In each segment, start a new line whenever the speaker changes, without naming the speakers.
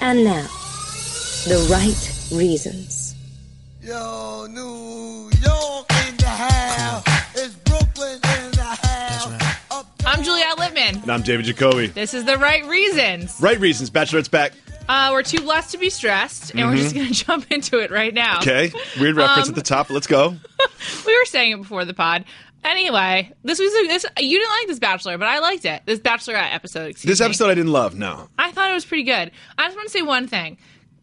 And now, the right reasons.
Yo, New York in the house. It's Brooklyn in the house.
I'm Juliette Littman.
And I'm David Jacoby.
This is the right reasons.
Right reasons, Bachelorette's back.
Uh, we're too blessed to be stressed, and we're just going to jump into it right now.
Mm-hmm. Okay. Weird reference
Um,
at the top. Let's go.
We were saying it before the pod. Anyway, this was this. You didn't like this Bachelor, but I liked it. This Bachelorette episode. Excuse
This
me.
episode I didn't love, no.
I thought it was pretty good. I just want to say one thing.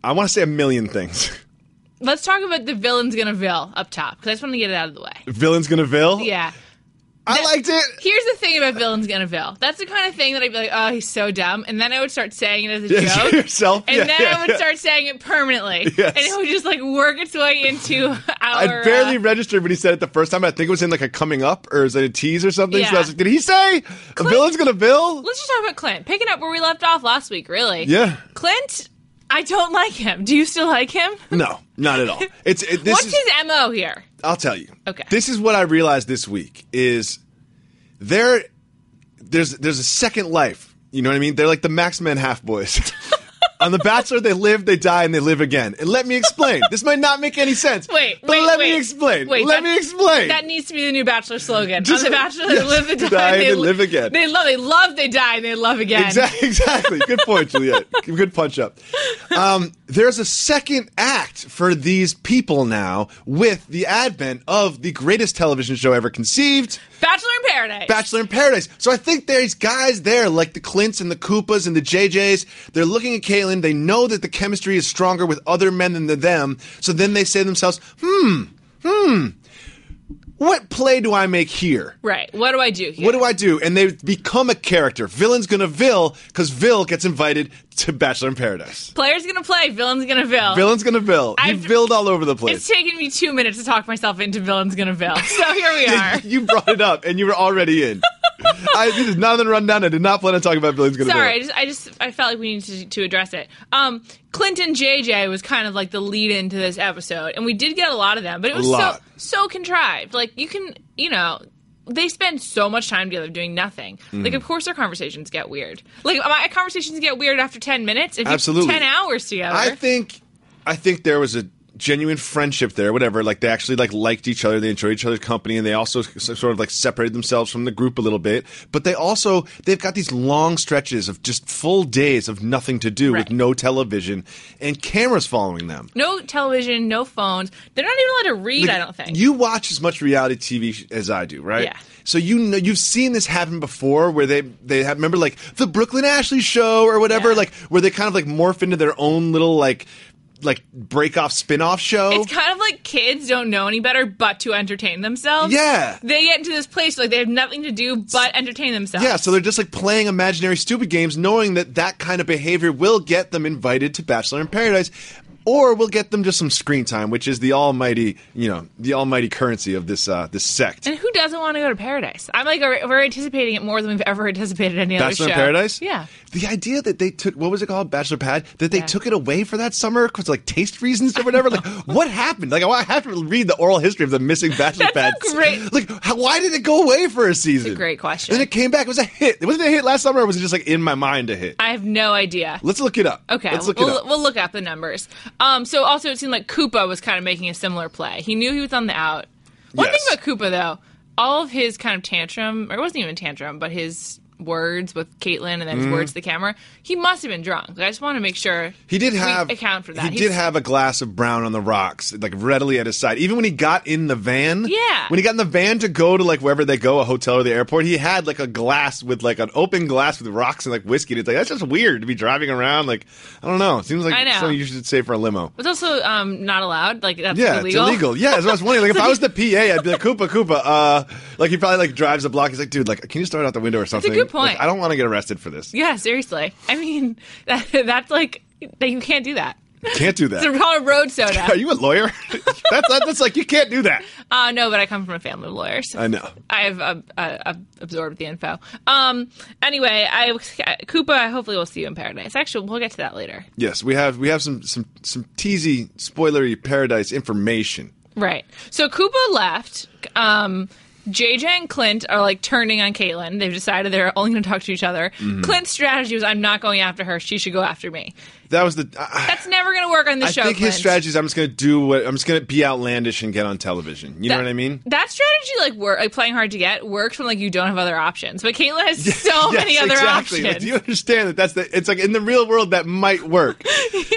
I want to say a million things.
Let's talk about the villain's gonna vil up top because I just want to get it out of the way.
Villain's gonna Vil.
Yeah.
I
That-
liked it.
Here's the thing about villains gonna vil. That's the kind of thing that I'd be like, oh, he's so dumb, and then I would start saying it as a joke.
yourself.
And
yeah,
then
yeah,
I would
yeah.
start saying it permanently.
Yes.
And it would just like work its way into
I
our.
barely
uh,
registered when he said it the first time. I think it was in like a coming up or is it a tease or something. So
Yeah.
I was like, did he say a villain's gonna Vil?
let's just talk about Clint. Picking up where we left off last week, really.
Yeah.
Clint, I don't like him. Do you still like him?
No, not at all. It's it, this
What's
is,
his MO here?
I'll tell you.
Okay.
This is what I realized this week is there there's there's a second life. You know what I mean? They're like the Max Men half boys. On The Bachelor, they live, they die, and they live again. And let me explain. this might not make any sense.
Wait,
but
wait,
let me
wait.
explain.
Wait, that-
let me explain.
That needs to be the new Bachelor slogan.
Just-
On the Bachelor,
yes,
they live, they die,
die,
and
they
li-
live again.
They love, they love, they die, and they love again.
Exac- Exactly. Good point, Juliet. Good punch up. Um, there's a second act for these people now with the advent of the greatest television show ever conceived.
Bachelor in Paradise.
Bachelor in Paradise. So I think there's guys there like the Clints and the Koopas and the JJs. They're looking at Caitlyn. They know that the chemistry is stronger with other men than the them. So then they say to themselves, hmm, hmm, what play do I make here?
right. What do I do here?
What do I do? And they become a character. Villain's gonna Vil because Vil gets invited to Bachelor in Paradise.
Player's going to play, villain's going to vil.
Villain's gonna Vil. He
I've-
Villed all over the
it's
place.
taken me two minutes to talk myself into villain's going to vil. So here we are.
you brought it up and you were already in. I, this is not on the rundown. I did not plan on talking about Villain's gonna
Sorry, I
Vil.
just, I just I felt like we needed to, to address it. Um, Clinton JJ was kind of like the lead into this episode, and we did get a lot of them, but it was so
lot.
so contrived. Like you can, you know, they spend so much time together doing nothing.
Mm-hmm.
Like of course their conversations get weird. Like my conversations get weird after ten minutes. If you-
Absolutely.
ten hours together.
I think I think there was a genuine friendship there. Whatever, like they actually like liked each other. They enjoyed each other's company, and they also s- sort of like separated themselves from the group a little bit. But they also they've got these long stretches of just full days of nothing to do
Right.
with no television and cameras following them.
no television, no phones. They're not even allowed to read. I don't think.
You watch as much reality TV sh- as I do, right?
Yeah.
So you know you've seen this happen before, where they they have remember like the Brooklyn Ashley show or whatever,
Yeah.
like where they kind of like morph into their own little like like break off spin off show.
It's kind of like kids don't know any better but to entertain themselves.
Yeah.
They get into this place like they have nothing to do but entertain themselves.
yeah, so they're just like playing imaginary stupid games, knowing that that kind of behavior will get them invited to Bachelor in Paradise, or will get them just some screen time, which is the almighty, you know, the almighty currency of this uh, this sect.
And who doesn't want to go to paradise? I'm like, are- we're anticipating it more than we've ever anticipated any other show.
Bachelor in Paradise.
Yeah.
The idea that they took what was it called, Bachelor Pad, that they
Yeah.
took it away for that summer because like taste reasons or whatever. Like, what happened? Like, I have to read the oral history of the missing Bachelor
That's
Pad.
a great-
Like, how, why did it go away for a season?
great question.
And then it came back. It was a hit. Wasn't it a hit last summer? Or was it just like in my mind a hit?
I have no idea.
Let's look it up.
Okay,
Let's look
we'll,
it up.
we'll look up the numbers. Um, so also it seemed like Koopa was kind of making a similar play. He knew he was on the out. One
Yes.
thing about Koopa though, all of his kind of tantrum, or it wasn't even tantrum, but his words with Caitlyn and then
Mm-hmm.
his words to the camera, he must have been drunk. Like, I just want to make sure
He did
we
have
account for that.
He
He's-
did have a glass of brown on the rocks, like readily at his side. Even when he got in the van,
Yeah.
when he got in the van to go to like wherever they go, a hotel or the airport, he had like a glass with like an open glass with rocks and like whiskey. And it's like that's just weird to be driving around. Like I don't know. It seems
I
like
know.
something you should say for a limo.
It's also um, not allowed. Like that's
Yeah,
illegal.
it's illegal. Yeah, that's what I was wondering. Like, if I was the PA, I'd be like, Koopa, Koopa. Uh, like, he probably, like, drives a block. He's like, dude, like, can you start out the window or something?
good point.
Like, I don't want to get arrested for this.
Yeah, seriously. I mean, that, that's like that you can't do that.
Can't do that.
It's called a road soda.
Are you a lawyer? that's, that's like, you can't do that.
Uh, no, but I come from a family of lawyers.
I know.
I've uh, uh, absorbed the info. Um. Anyway, I Koopa. I hopefully we'll see you in paradise. Actually, we'll get to that later.
Yes, we have we have some some some teasy, spoilery paradise information.
Right. So Koopa left. Um. JJ and Clint are like turning on Caitlyn. They've decided they're only going to talk to each other.
Mm-hmm.
Clint's strategy was, "I'm not going after her. She should go after me."
That was the. I,
That's never going to work on the
I
show.
think his
Clint.
strategy is I'm just going to do what I'm just going to be outlandish and get on television. You know what I mean?
That strategy, like work, like playing hard to get, works when like you don't have other options. But Caitlyn has so
Yes,
many other
exactly. Like,
options.
do you understand that? That's the. It's like in the real world that might work,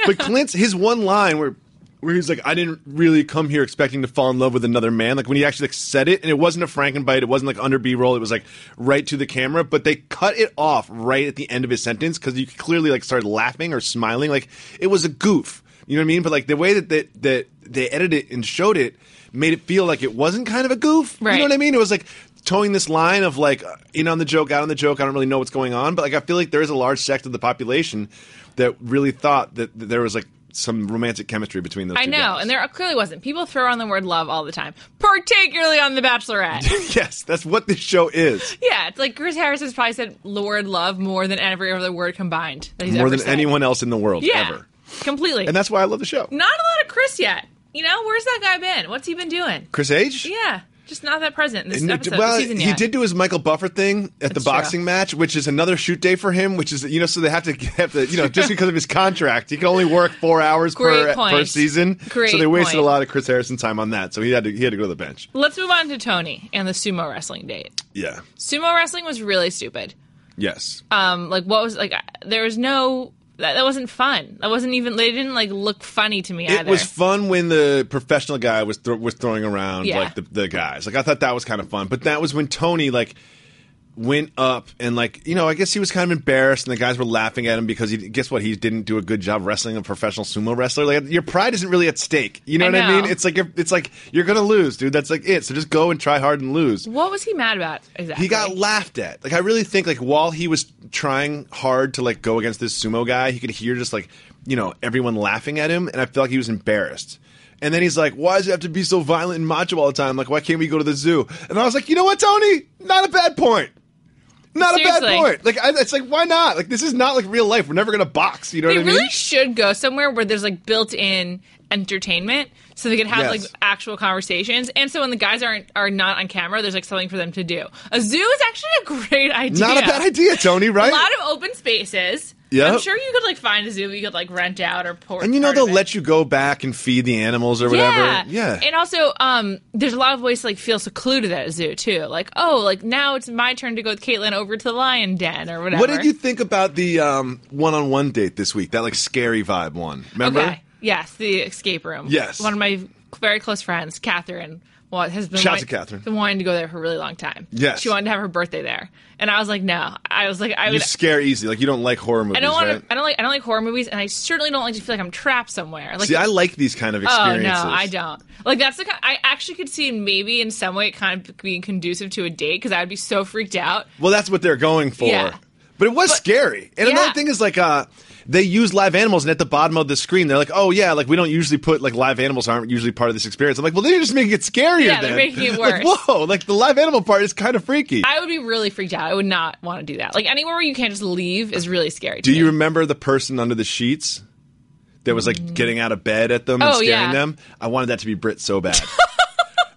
but Clint's his one line where. Where he's like, I didn't really come here expecting to fall in love with another man. Like when he actually like, said it, and it wasn't a Frankenbite, it wasn't like under B roll, it was like right to the camera. But they cut it off right at the end of his sentence because you clearly like started laughing or smiling. Like it was a goof, you know what I mean? But like the way that that, that they edited it and showed it made it feel like it wasn't kind of a goof. You
Right.
know what I mean? mean? It was like towing this line of like uh, in on the joke, out on the joke. I don't really know what's going on, but like I feel like there is a large sect of the population that really thought that, that there was like some romantic chemistry between those.
I
two
know,
guys.
and there clearly wasn't. People throw on the word love all the time, particularly on The Bachelorette.
yes, that's what this show is.
yeah, it's like Chris Harris has probably said the word love more than every other word combined that he's
More
ever
than
said.
anyone else in the world
Yeah,
ever,
completely.
and that's why I love the show.
Not a lot of Chris yet. You know, where's that guy been? What's he been doing?
Chris H.
Yeah, just not that present in this
And it-
episode.
well,
this season
he
yet.
did do his Michael Buffer thing at the
That's
boxing
true.
match, which is another shoot day for him. Which is you know, so they have to have to you know just because of his contract, he can only work four hours per,
Great point.
per season.
Great
so they wasted
point.
a lot of Chris Harrison time on that. So he had to he had to go to the bench.
Let's move on to Tony and the sumo wrestling date.
Yeah.
Sumo wrestling was really stupid.
Yes.
um like what was like I- there was no that, that wasn't fun that wasn't even they didn't like look funny to me
it
either
was fun when the professional guy was thro- was throwing around
Yeah.
like the, the guys. Like I thought that was kind of fun, but that was when Tony like went up and like you know I guess he was kind of embarrassed and the guys were laughing at him because he guess what he didn't do a good job wrestling a professional sumo wrestler. Like your pride isn't really at stake. You know
I
what I
know.
mean? It's like you're, it's like you're gonna lose, dude. That's like it. So just go and try hard and lose.
what was he mad about exactly
He got laughed at. Like I really think like while he was trying hard to like go against this sumo guy, he could hear just like, you know, everyone laughing at him and I feel like he was embarrassed. And then he's like, "Why does it have to be so violent and macho all the time? Like, why can't we go to the zoo?" And I was like, "You know what, Tony? Not a bad point. Not a
Seriously.
bad point. Like, I, it's like, why not? Like, this is not like real life. We're never gonna box. You know
they
what I
really
mean?
should go somewhere where there's like built-in entertainment so they could have
Yes.
like actual conversations and so when the guys aren't are not on camera there's like something for them to do a zoo is actually a great idea
Not a bad idea, Tony. Right?
a lot of open spaces
Yep.
i'm sure you could like find a zoo you could like rent out or pour
and you know they'll let you go back and feed the animals or whatever. yeah.
And also, um, there's a lot of ways to like feel secluded at a zoo too. Like, oh, like now it's my turn to go with Caitlin over to the lion den or whatever.
What did you think about the um, one-on-one date this week? That like scary vibe one. Remember?
Okay. Yes, the escape room.
Yes.
One of my very close friends, Catherine, wa- has been
Shout out
wa-
to Catherine.
been wanting to go there for a really long time.
Yes.
She wanted to have her birthday there, and I was like, no. I was like, I
You
would.
scare easy. Like you don't like horror movies,
I don't want
right?
to. I don't like. I don't like horror movies, and I certainly don't like to feel like I'm trapped somewhere. Like,
See, I like these kind of
Oh
experiences.
no, I don't. Like that's the kind, I actually could see maybe in some way it kind of being conducive to a date because I would be so freaked out.
Well, that's what they're going for.
Yeah.
But it was scary. And another
yeah.
thing is like uh they use live animals and at the bottom of the screen they're like, "Oh yeah, like we don't usually put like live animals aren't usually part of this experience." I'm like, "Well, they're just making it scarier
Yeah, they're
then."
making it
Like,
worse.
whoa, like the live animal part is kind of freaky.
I would be really freaked out. I would not want to do that. Like anywhere where you can't just leave is really scary. To
Do you
me.
remember the person under the sheets that was like getting out of bed at them and
Mm. Oh,
scaring
yeah.
them? I wanted that to be Brit so bad.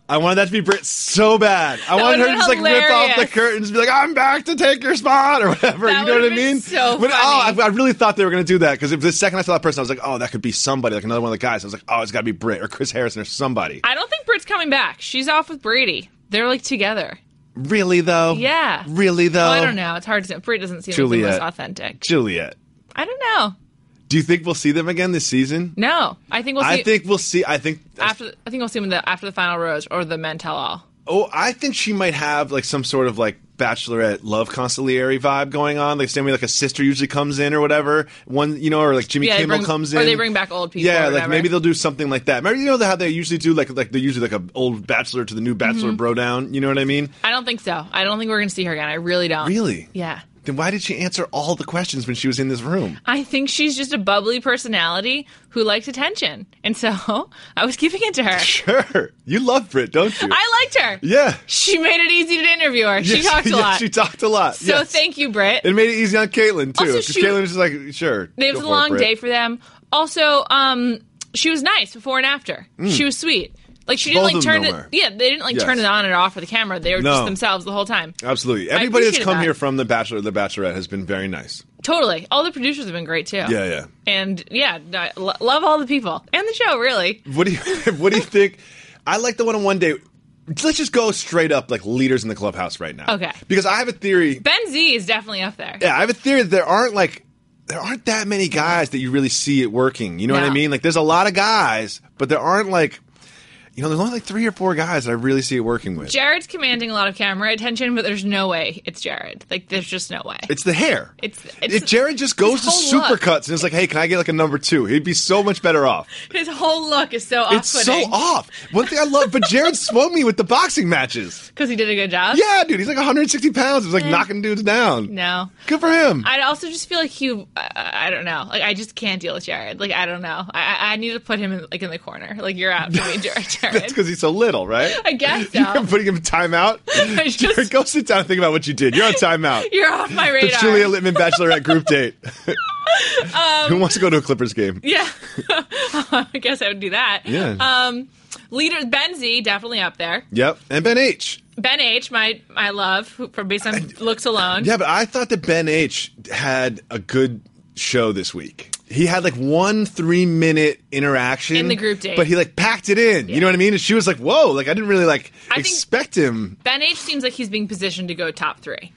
I wanted that to be Brit so bad. I wanted
would've
her to
been
just like rip off the
hilarious.
curtains and be like, I'm back to take your spot or whatever.
That
you know what I
would've been
mean?
so
When-
funny.
Oh, I, I really thought they were going to do that because the second I saw that person, I was like, oh, that could be somebody, like another one of the guys. I was like, oh, it's got to be Brit or Chris Harrison or somebody.
I don't think Britt's coming back. She's off with Brady. They're like together.
really, though?
Yeah.
Really, though?
Well, I don't know. It's hard to. Britt doesn't seem like
Juliet.
the most authentic.
Juliet.
I don't know.
Do you think we'll see them again this season?
No, I think we'll see.
I think we'll see. I think
after. I think we'll see him in the after the final rose or the men tell all.
Oh, I think she might have like some sort of like bachelorette love conciliary vibe going on. Like same way like a sister usually comes in or whatever. One, you know, or like Jimmy
Yeah, they
Kimmel
bring-
comes in,
or they bring back old people or
Yeah, like
whatever.
maybe they'll do something like that. Remember, you know how they usually do like like they're usually like a old bachelor to the new bachelor
Mm-hmm.
bro down. You know what I mean?
I don't think so. I don't think we're gonna see her again. I really don't.
Really?
Yeah.
Then why did she answer all the questions when she was in this room?
I think she's just a bubbly personality who likes attention. And so I was giving it to her.
Sure, you love Brit, don't you?
I liked her.
yeah.
She made it easy to interview her. She
Yes,
talked a
yes,
lot.
She talked a lot.
so
yes.
thank you, Britt.
It made it easy on Caitlyn too.
Also,
Because
she-
Caitlyn was just like, sure.
It
go
was a
for
long
Brit.
day for them. Also, um, she was nice before and after. She was sweet. Like she didn't
Both
like
of Mm. them
turn
don't
it.
wear.
Yeah, they didn't like
Yes.
turn it on and off for the camera. They were
No.
just themselves the whole time.
Absolutely. Everybody that's
appreciated
come
that.
here from The Bachelor or The Bachelorette has been very nice.
Totally. All the producers have been great too.
Yeah, yeah.
And yeah, I lo- love all the people and the show. Really,
What do you What do you think? I like the one on one day. Let's just go straight up like leaders in the clubhouse right now.
Okay.
Because I have a theory.
Ben Z is definitely up there.
Yeah, I have a theory that there aren't like there aren't that many guys that you really see it working. You know what I
No.
mean? Like there's a lot of guys, but there aren't like you know there's only like three or four guys that I really see it working with.
Jared's commanding a lot of camera attention, but there's no way it's Jared. Like, there's just no way.
It's the hair.
It's-
if
it's-
Jared just goes to
his whole look.
supercuts and is like, "Hey, can I get like a number two? He'd be so much better off.
His whole look is so
It's
off
so off. One thing I love, but Jared swung me with the boxing matches.
because he did a good job.
Yeah, dude, he's like 160 pounds. He's like knocking dudes down.
No.
Good for him.
I'd also just feel like he. I, I don't know. Like I just can't deal with Jared. Like I don't know. I, I- I need to put him in, like in the corner. Like you're out for me, Jared.
That's
Jared.
because he's so little, right?
I guess
You're
so.
putting him in timeout.
I just-
Jared, go sit down and think about what you did. You're on timeout.
You're off my
the
radar.
Julia Littman Bachelorette group date. Who wants to go to
Um,
a Clippers game?
yeah. I guess I would do that.
Yeah.
Um, leader Ben Z definitely up there.
Yep. And Ben H.
Ben H, my my love, who, from based on looks alone.
Yeah, but I thought that Ben H had a good show this week. He had like one three minute interaction
In the group date.
but he like packed it in. You know what I mean? And she was like, "Whoa!" Like I didn't really like
I think-
expect him.
Ben H seems like he's being positioned to go top three.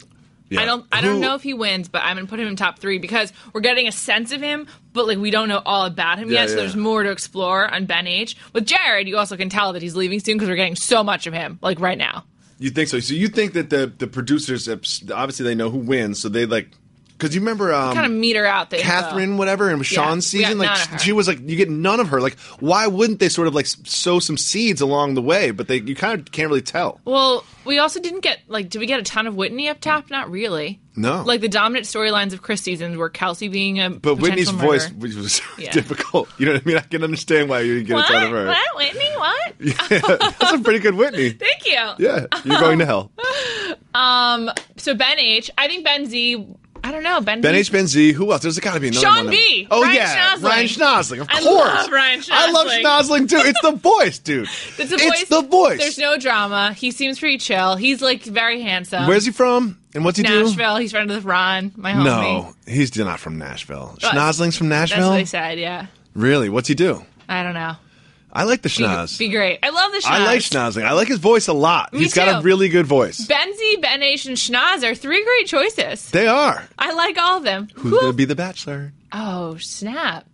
Yeah.
I don't I don't
Who-
know if he wins, but I'm gonna put him in top three because we're getting a sense of him, but like we don't know all about him
Yeah,
yet. So
yeah.
there's more to explore on Ben H. With Jared, you also can tell that he's leaving soon because we're getting so much of him, like right now.
You think so? So you think that the the producers obviously they know who wins, so they like because you remember um,
Kind of meter out uh, the info.
Catherine, whatever, and Sean's
we got
season,
none of her.
like she was like, you get none of her. Like, why wouldn't they sort of like s- sow some seeds along the way? But they, you kind of can't really tell.
Well, we also didn't get like did we get a ton of Whitney up top? Not really.
No.
Like the dominant storylines of Chris seasons were Kelsey being a
But Whitney's
potential
voice
murderer.
which was
Yeah.
difficult. You know what I mean? I can understand why you didn't get
What?
a ton of her.
What? Whitney? What?
That's a pretty good Whitney.
Thank you. Um,
Yeah, you're going to hell.
So Ben H, I think Ben Z. I don't know Ben.
Ben
Z-
H. Ben Z. Who else? There's got to be another
Sean
one.
B.
Oh
Ryan
yeah,
Schnosling.
Ryan Schnosling. Of
I
course,
love Ryan
I love
Schnosling.
Schnosling too. It's the voice, dude.
It's the voice.
the voice.
There's no drama. He seems pretty chill. He's like very handsome.
Where's he from? And what's he do?
Nashville? He's friends with Ron, my homie.
No, he's not from Nashville. Schnosling's from
that's
Nashville.
what they said. Yeah,
Really? What's he do?
I don't know.
I like the
Be,
schnoz.
be great. I love the schnoz.
I like schnozling. I like his voice a lot.
Me
He's got a
too.
really good voice.
Benzie, Ben H, and Schnoz are three great choices.
They are.
I like all of them.
Who's
Who-
going to be the bachelor?
Oh snap!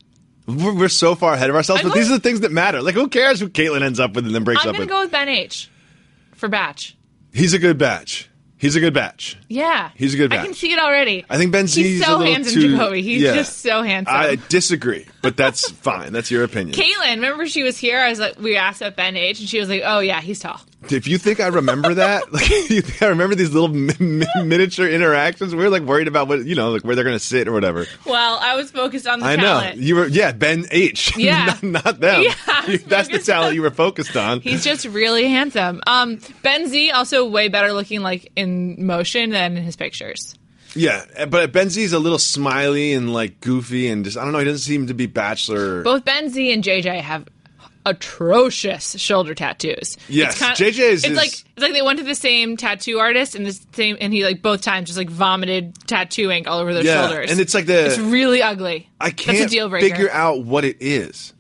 We're, we're so far ahead of ourselves,
I'm
but these are
going-
the things that matter. Like, who cares who Caitlyn ends up with and then breaks
I'm
up
gonna
with?
go with Ben H for Batch.
He's a good batch. He's a good batch.
Yeah,
He's a good
I can
Batch.
see it already.
I think Ben Z
He's
is
so
a little
handsome,
too,
Jacoby. He's
yeah.
just so handsome.
I disagree, but that's fine. That's your opinion.
Caitlin, remember she was here? I was like, we asked about Ben H, and she was like, oh yeah, he's tall.
if you think I remember that, like you think I remember these little mi- mi- miniature interactions, we were like worried about what you know, like where they're gonna sit or whatever.
Well, I was focused on the
I know
talent.
you were, yeah, Ben H,
Yeah.
not, not them.
Yeah, I was
You- that's the
focused
talent you were focused on.
He's just really handsome. Um, ben Z also way better looking like in motion than in his pictures.
yeah, but Ben Z is a little smiley and like goofy and just I don't know. He doesn't seem to be bachelor.
Both Ben Z and JJ have atrocious shoulder tattoos.
Yes,
kinda-
JJ's
It's
is-
like it's like they went to the same tattoo artist and the same, and he like both times just like vomited tattoo ink all over their
yeah,
shoulders.
and it's like the
it's really ugly.
I can't
That's a deal breaker.
figure out what it is.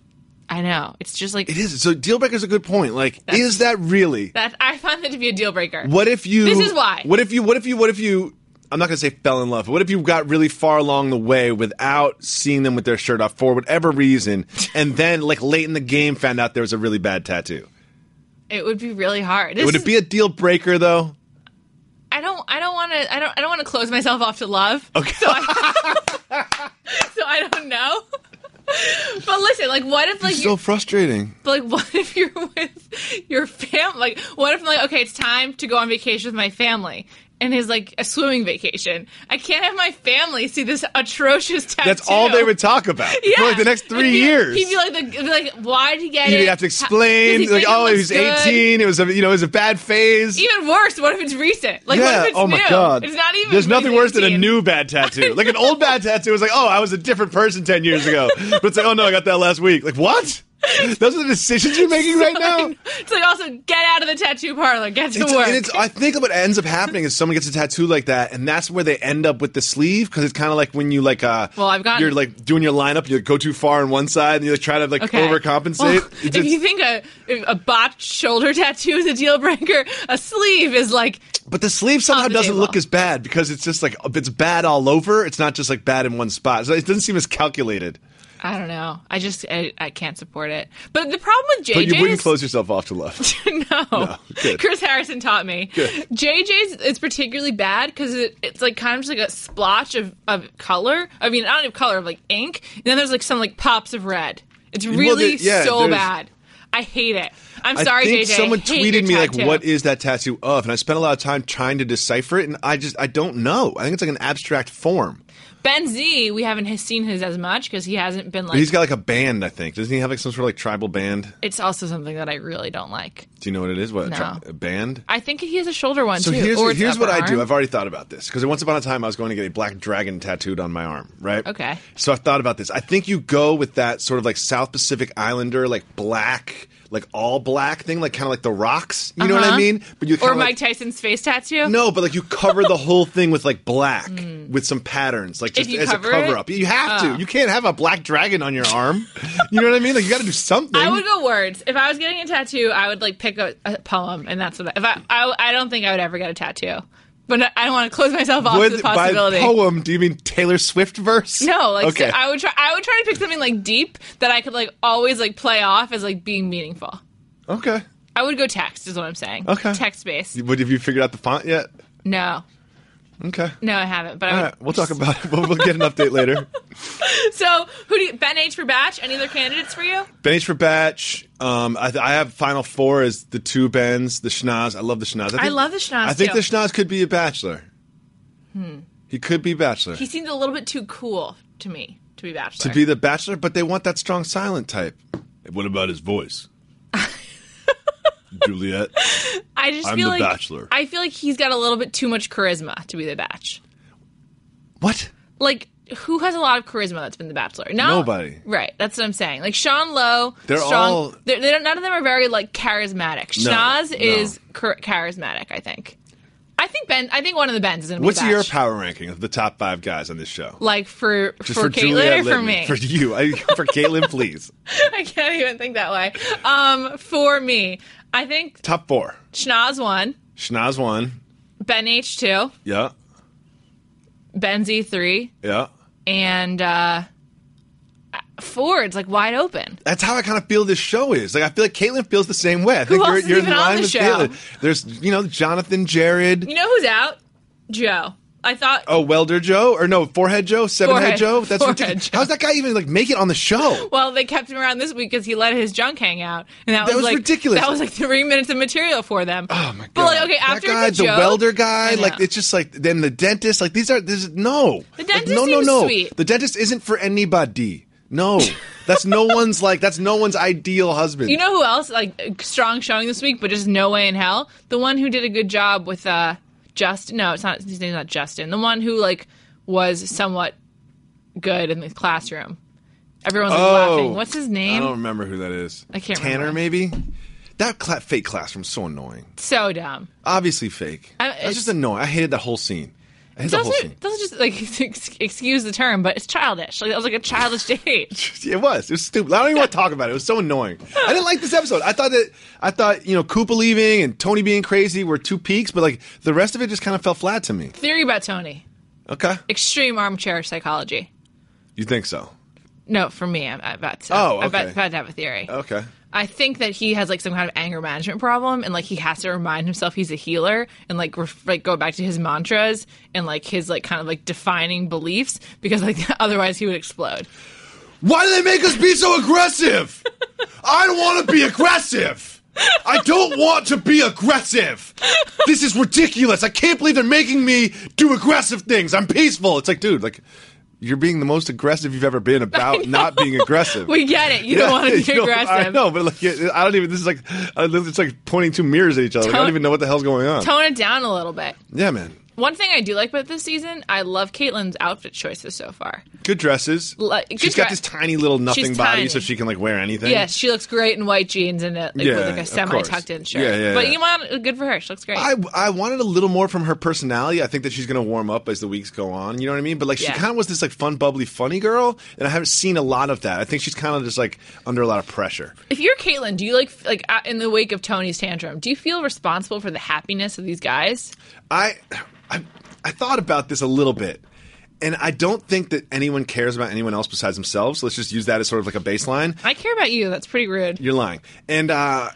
I know. It's just like
It is so deal breaker is a good point. Like,
That's-
is that really?
That I find that to be a deal breaker.
What if you?
This is why.
What if you? What if you? What if you? I'm not gonna say fell in love. But what if you got really far along the way without seeing them with their shirt off for whatever reason, and then like late in the game found out there was a really bad tattoo?
It would be really hard. This
Would
is-
it be a deal breaker though?
I don't. I don't want to. I don't. I don't want to close myself off to love.
Uh.
Okay. So I, so I don't know. But listen, like, what if like,
so
you're,
frustrating.
but, like, what if you're with your family? Like, what if like, okay, it's time to go on vacation with my family, and it's like a swimming vacation. I can't have my family see this atrocious tattoo.
That's all they would talk about for like the next
It'd
three
be-
years.
He'd be like, the, it'd be like, why did he get it?
You'd have to
How- does
explain,
he think
like,
it
oh, he
looks
was
good?
18. It was, a, you know, it was a bad phase.
Even worse, what if it's recent? Like,
yeah.
what if it's
oh
new?
my god.
It's not even.
There's nothing worse than a
2018.
new bad tattoo. Like an old bad tattoo is like, oh, I was a different person ten years ago. But it's like, oh no, I got that last week. Like what? Those are the decisions you're making right now.
It's like also get out of the tattoo parlor, get to
It's,
work.
and it's, I think what ends up happening is someone gets a tattoo like that, and that's where they end up with the sleeve because it's kind of like when you like uh,
Well, I've gotten-
you're like doing your lineup, you go too far on one side, and you like try to like
Okay.
overcompensate.
Well,
It's-
if
it's-
you think a if a botched shoulder tattoo is a deal breaker, a sleeve is like
but the sleeve somehow
On the
doesn't
table.
look as bad because it's just like it's bad all over. It's not just like bad in one spot. So it doesn't seem as calculated.
I don't know. I just I, I can't support it. But the problem with JJ
But you wouldn't
is
close yourself off to love.
no.
good.
Chris Harrison taught me.
Good.
JJ's is particularly bad because it, it's like kind of just like a splotch of, of color. I mean, not of color, of like ink. And then there's like some like pops of red. It's really
there- yeah,
so
there's-
bad. I hate it. I'm
I
sorry,
think
JJ.
someone
I hate your
tweeted me like,
tattoo.
"What is that tattoo of?" And I spent a lot of time trying to decipher it, and I just I don't know. I think it's like an abstract form.
Ben Z? We haven't his- seen his as much because he hasn't been like.
But he's got like a band, I think. Doesn't he have like some sort of like tribal band?
it's also something that I really don't like.
Do you know what it is? What a,
No.
tri- a band?
I think he has a shoulder one
So
too.
here's
or it's
here's what
upper
I do.
arm.
I've already thought about this because once upon a time I was going to get a black dragon tattooed on my arm, right?
Okay.
So I thought about this. I think you go with that sort of like South Pacific Islander, like black, like all black thing, like kind of like the rocks. You know what I
Uh-huh.
mean? But you
or
kinda, like,
Mike Tyson's face tattoo.
No, but like you cover the whole thing with like black with some patterns,
Mm.
like
If
just
you
as a
cover
cover
it? Oh.
up. You have to. You can't have a black dragon on your arm. you know what I mean? Like you got to do something.
I would go words. If I was getting a tattoo, I would like pick a, a poem, and that's what. I, if I, I, I don't think I would ever get a tattoo, but I don't want to close myself off to
Would,
the
by
possibility.
poem, do you mean Taylor Swift verse?
No, like
okay.
so I would try. I would try to pick something like deep that I could like always like play off as like being meaningful.
okay.
I would go text, is what I'm saying.
Okay.
text based.
What have you figured out the font yet?
No,
Okay.
no, I haven't. But
All
I would,
right, we'll talk about it. We'll, we'll get an update later.
so who do you, Ben H for batch? Any other candidates for you?
Ben H for batch. Um, I, I have final four is the two Bens, the Schnoz. I love the Schnoz. I, think,
love the Schnoz,
I think
too.
the Schnoz could be a bachelor. Hmm. He could be bachelor.
He seemed a little bit too cool to me to be bachelor.
to be the bachelor, but they want that strong silent type. What about his voice? Juliet.
I just
I'm
feel
the
like
Bachelor.
I feel like he's got a little bit too much charisma to be the batch.
What?
Like who has a lot of charisma that's been the bachelor? Not,
Nobody.
Right. That's what I'm saying. Like Sean Lowe.
They're
strong,
all-
They're, they don't, none of them are very like charismatic.
No,
Schnoz
no.
is char- charismatic. I think. I think Ben. I think one of the Bens is in.
What's
be the
your
batch.
power ranking of the top five guys on this show?
Like for for, Caitlyn
Juliette
or for
Lidman.
me?
For you. I, for Caitlin, please.
I can't even think that way. Um, for me, I think
Top four.
Schnoz one,
Schnoz one.
Ben H two,
Yeah.
Ben Z three,
Yeah.
and uh Ford's like wide open.
That's how I kind of feel this show is. Like I feel like Caitlin feels the same way. I think
else
you're,
is
you're
even
in
on
line
the
with
show?
Caitlin. There's you know Jonathan, Jared.
You know who's out? Joe. I thought
Oh, Welder Joe or no Forehead Joe, Seven Head
Forehead-
Joe. That's
Forehead
ridiculous.
Joe.
How's that guy even like make it on the show?
well, they kept him around this week because he let his junk hang out, and that,
That was
like
ridiculous.
That was like three minutes of material for them.
Oh my god!
But like, okay, after
that guy,
the, joke-
welder guy,
I know.
like it's just like then the dentist, like these are this is no.
The
Like,
dentist
no,
seems
no, no.
sweet.
The dentist isn't for anybody. No, that's no one's like that's no one's ideal husband.
you know who else like strong showing this week, but just no way in hell. The one who did a good job with uh Justin. No, it's not. His name's not Justin. The one who like was somewhat good in the classroom. Everyone's like,
Oh.
laughing. What's his
I
name?
don't remember who that is.
I can't
Tanner,
remember.
maybe. That cla- fake classroom's so annoying.
So dumb.
Obviously fake.
I-
That's
it's-
just annoying. I hated that whole scene. I hated that whole scene.
doesn't doesn't just like ex- excuse the term, but it's childish. Like that was like a childish date.
It was. It was stupid. I don't even want to talk about it. It was so annoying. I didn't like this episode. I thought that I thought you know Koopa leaving and Tony being crazy were two peaks, but like the rest of it just kind of fell flat to me.
Theory about Tony:
Okay,
extreme armchair psychology.
you think so?
No, for me, I'm I'm about to.
Oh,
I'm about,
okay.
about to have a theory.
Okay.
I think that he has like some kind of anger management problem, and like he has to remind himself he's a healer, and like ref- like go back to his mantras and like his like kind of like defining beliefs because like otherwise he would explode.
Why do they make us be so aggressive? I don't want to be aggressive. I don't want to be aggressive. This is ridiculous. I can't believe they're making me do aggressive things. I'm peaceful. It's like, dude, like you're being the most aggressive you've ever been about not being aggressive.
We get it. You don't
Yeah,
want to be
you know, I
aggressive.
know, but like, it- I don't even. This is like, I- it's like pointing two mirrors at each other. Like, I don't
Tone-
even know what the hell's going on.
Tone it down a little bit.
yeah, man.
One thing I do like about this season, I love Caitlyn's outfit choices so far.
Good dresses.
Like, good
She's got
dress-
this tiny little nothing
She's
body,
tiny.
so she can like wear anything.
Yes, she looks great in white jeans and a, like,
Yeah,
with like a
of
semi tucked in
course.
shirt.
Yeah, yeah,
but
yeah.
you want good for her. She looks great.
I, I wanted a little more from her personality. I think that she's going to warm up as the weeks go on. You know what I mean? But like, she
Yeah.
kind of was this like fun, bubbly, funny girl, and I haven't seen a lot of that. I think she's kind of just like under a lot of pressure.
if you're Caitlyn, do you like like uh, in the wake of Tony's tantrum? Do you feel responsible for the happiness of these guys?
I, I, I thought about this a little bit, and I don't think that anyone cares about anyone else besides themselves. Let's just use that as sort of like a baseline.
I care about you. That's pretty rude.
You're lying. And uh,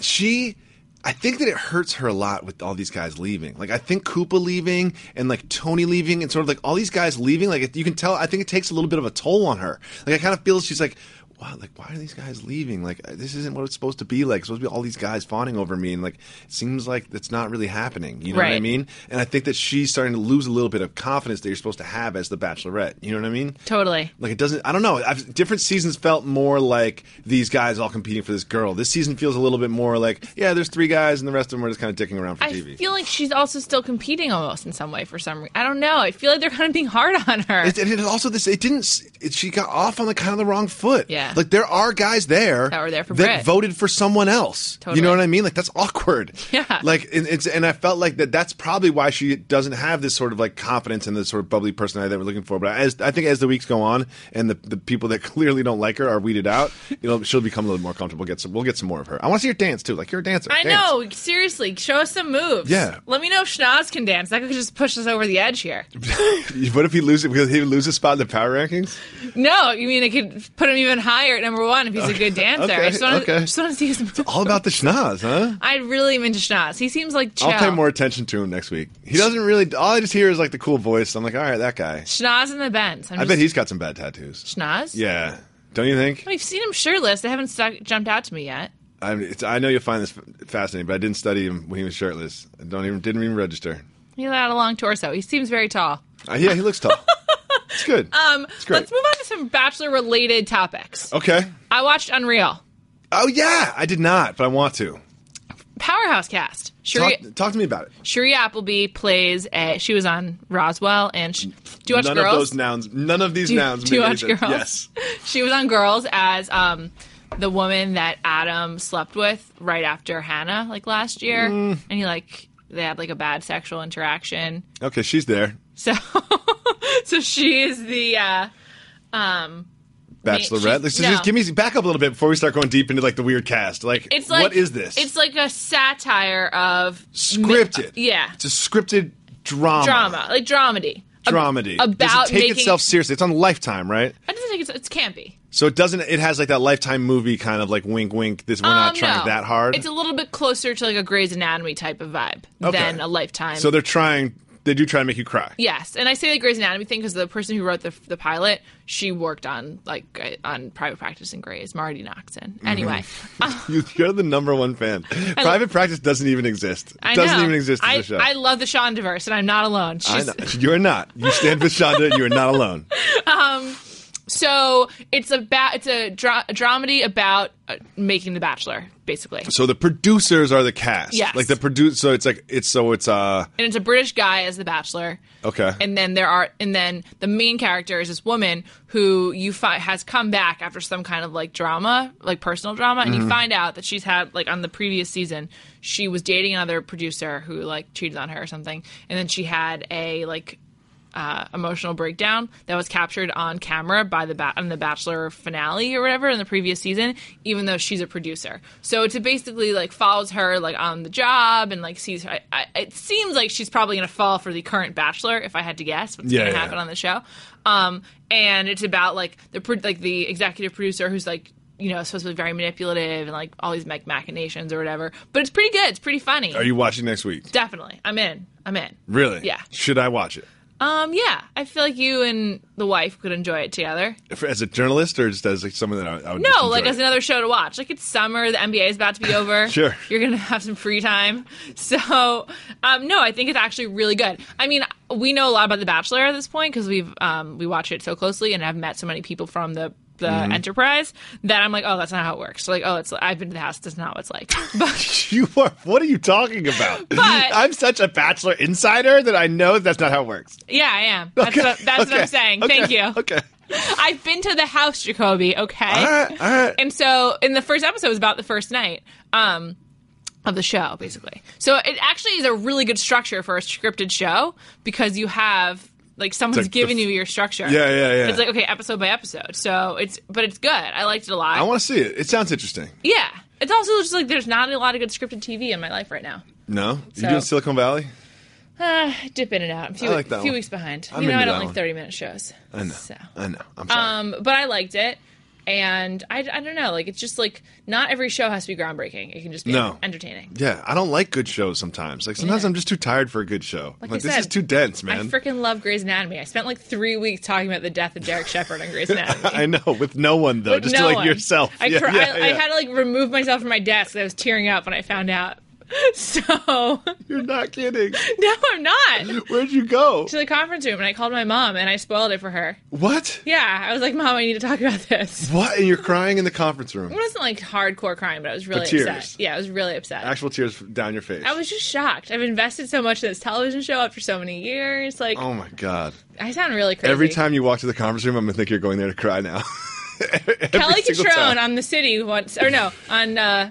she, I think that it hurts her a lot with all these guys leaving. Like, I think Koopa leaving and like Tony leaving and sort of like all these guys leaving. Like, you can tell, I think it takes a little bit of a toll on her. Like, I kind of feel she's like, wow, like, why are these guys leaving? Like, this isn't what it's supposed to be like. It's supposed to be all these guys fawning over me. And like, it seems like it's not really happening. You know what I
Right.
mean? And I think that she's starting to lose a little bit of confidence that you're supposed to have as the bachelorette. You know what I mean?
Totally.
Like it doesn't. I don't know. I've, different seasons felt more like these guys all competing for this girl. This season feels a little bit more like yeah, there's three guys and the rest of them are just kind of dicking around for
I
TV.
feel like she's also still competing almost in some way for some reason. I don't know. I feel like they're kind of being hard on her.
it, and it also this it didn't s- it, she got off on the kind of the wrong foot
Yeah.
like there are guys there
That were there for
that
Brit.
voted for someone else you know
Totally.
what i mean like that's awkward
Yeah.
like and, it's and i felt like that that's probably why she doesn't have this sort of like confidence and this sort of bubbly personality that we're looking for but as i think as the weeks go on and the, the people that clearly don't like her are weeded out you know she'll become a little more comfortable get some we'll get some more of her i want to see her dance too like you're a dancer
I
Dance.
know. Seriously, show us some moves.
Yeah.
Let me know if Schnoz can dance. That could just push us over the edge here.
what if he loses will he lose a spot in the power rankings
No, you mean I could put him even higher at number one if he's a good dancer. I
Okay,
just want
okay.
to see his.
all about the schnoz huh
I really am into Schnoz. He seems like chill.
I'll pay more attention to him next week. He doesn't really. All I just hear is like the cool voice. I'm like, all right, that guy.
Schnoz in the Benz. I'm
I
just,
bet he's got some bad tattoos.
Schnoz.
Yeah, don't you think?
We've seen him shirtless. They haven't stuck, jumped out to me yet.
I, mean, it's, I know you'll find this f- fascinating, but I didn't study him when he was shirtless. I don't even didn't even register.
He had a long torso. He seems very tall.
Uh, yeah, he looks tall. it's good. Um, it's great.
Let's move on to some bachelor related topics.
Okay.
I watched Unreal.
Oh yeah, I did not, but I want to.
Powerhouse cast. Shuri,
Talk, talk to me about it.
Shuri Appleby plays a. She was on Roswell and. Sh- do you watch
None
Girls?
of those nouns. None of these
do,
nouns.
do you
mean
watch
anything.
Girls?
Yes.
She was on Girls as um, the woman that Adam slept with right after Hannah, like last year,
Mm.
and he like they had like a bad sexual interaction.
Okay, she's there.
So, so she is the uh,
Bachelorette.
she's-
so
no.
just give me back up a little bit before we start going deep into like the weird cast. Like,
it's like
what is this?
It's like a satire of
scripted.
yeah.
it's a scripted drama.
drama, like dramedy. Ab-
dramedy.
about
Does it take
making,
itself seriously. It's on Lifetime, right?
I just think it's, it's campy.
So it doesn't. It has like that Lifetime movie kind of like wink, wink. This we're not
Um,
trying
no.
that hard.
It's a little bit closer to like a Grey's Anatomy type of vibe
Okay.
than a Lifetime.
so they're trying. They do try to make you cry.
Yes, and I say the Grey's Anatomy thing because the person who wrote the the pilot, she worked on like uh, on private practice in Grey's, Marty Noxon.
Mm-hmm.
Anyway, uh,
You- You're the number one fan. Private practice doesn't even exist. It
I
doesn't
know.
even exist as
I,
a show.
I love the Sean diverse, and I'm not alone.
I
She's,
know. You're not. You stand with Shonda. and You are not alone.
So it's about it's a, dra- a dramedy about uh, making The Bachelor, basically,
So the producers are the cast.
Yes.
Like the produce. So it's like it's so it's uh
and it's a British guy as The Bachelor.
okay.
and then there are and then the main character is this woman who you find has come back after some kind of like drama like personal drama and you find out that she's had like on the previous season she was dating another producer who like cheated on her or something and then she had a like uh, emotional breakdown that was captured on camera by the ba- on the Bachelor finale or whatever in the previous season, even though she's a producer. So it's basically like follows her like on the job and like sees. Her. I, I, it seems like she's probably going to fall for the current Bachelor if I had to guess what's
Yeah,
going to
yeah.
happen on the show. Um, and it's about like the pro- like the executive producer who's like. You know, supposed to be very manipulative and like all these like machinations or whatever, but it's pretty good. It's pretty funny.
are you watching next week?
Definitely, I'm in. I'm in.
Really?
Yeah.
Should I watch it?
Um, yeah, I feel like you and the wife could enjoy it together.
If- As a journalist, or just as like someone that I, I would just
No, like
enjoy
as
it?
another show to watch. Like it's summer, the NBA is about to be over.
Sure.
you're gonna have some free time. So, um, no, I think it's actually really good. I mean, we know a lot about The Bachelor at this point because we've um, we watch it so closely, and I've met so many people from the the
Mm-hmm.
enterprise that I'm like, oh, that's not how it works. Like, oh, it's I've been to the house. That's not what it's like. But
You are. What are you talking about? I'm such a bachelor insider that I know that's not how it works.
yeah, I am. That's,
Okay,
what, that's what
okay,
I'm saying.
okay,
Thank you.
Okay.
I've been to the house, Jacoby. Okay.
All right. All right.
And so, in the first episode was about the first night um, of the show, basically. So it actually is a really good structure for a scripted show because you have like someone's
like the
giving
f-
you your structure.
Yeah, yeah, yeah.
It's like okay, episode by episode. So it's but it's good. I liked it a lot.
I want to see it. It sounds interesting.
yeah. It's also just like there's not a lot of good scripted TV in my life right now.
No, you
So-
doing Silicon Valley?
Uh, dip in and out. I'm a few,
I like that
few
one.
weeks behind.
I'm
you know,
into
I don't
that
like
one.
30 minute shows.
I know.
So.
I know. I'm sorry.
Um, but I liked it. And I, I don't know, like it's just like not every show has to be groundbreaking. It can just be
No.
entertaining.
yeah, I don't like good shows sometimes. Like sometimes
Yeah.
I'm just too tired for a good show. Like,
I
this
said,
is too dense,
I
man.
freaking love Grey's Anatomy. I spent like three weeks talking about the death of Derek Shepard on Grey's Anatomy.
I know, with no one though,
With
just
no
like
one.
yourself.
I,
Yeah,
cr-
yeah,
I, I
yeah.
had to like remove myself from my desk. I was tearing up when I found out. So no,
You're not kidding.
I'm not to
Where'd you go?
the conference room, and I called my mom and I spoiled it for her.
What?
Yeah, I was like, Mom, I need to talk about this.
What? And you're crying in the conference room.
It wasn't like hardcore crying, but I was really
tears.
upset. Yeah, I was really upset.
Actual tears down your face.
I was just shocked. I've invested so much in this television show after so many years. Like,
Oh my god!
I sound really crazy.
Every time you walk to the conference room, I'm gonna think you're going there to cry now. Every
Kelly
single
Catrone
time.
on The City once, or no, on uh,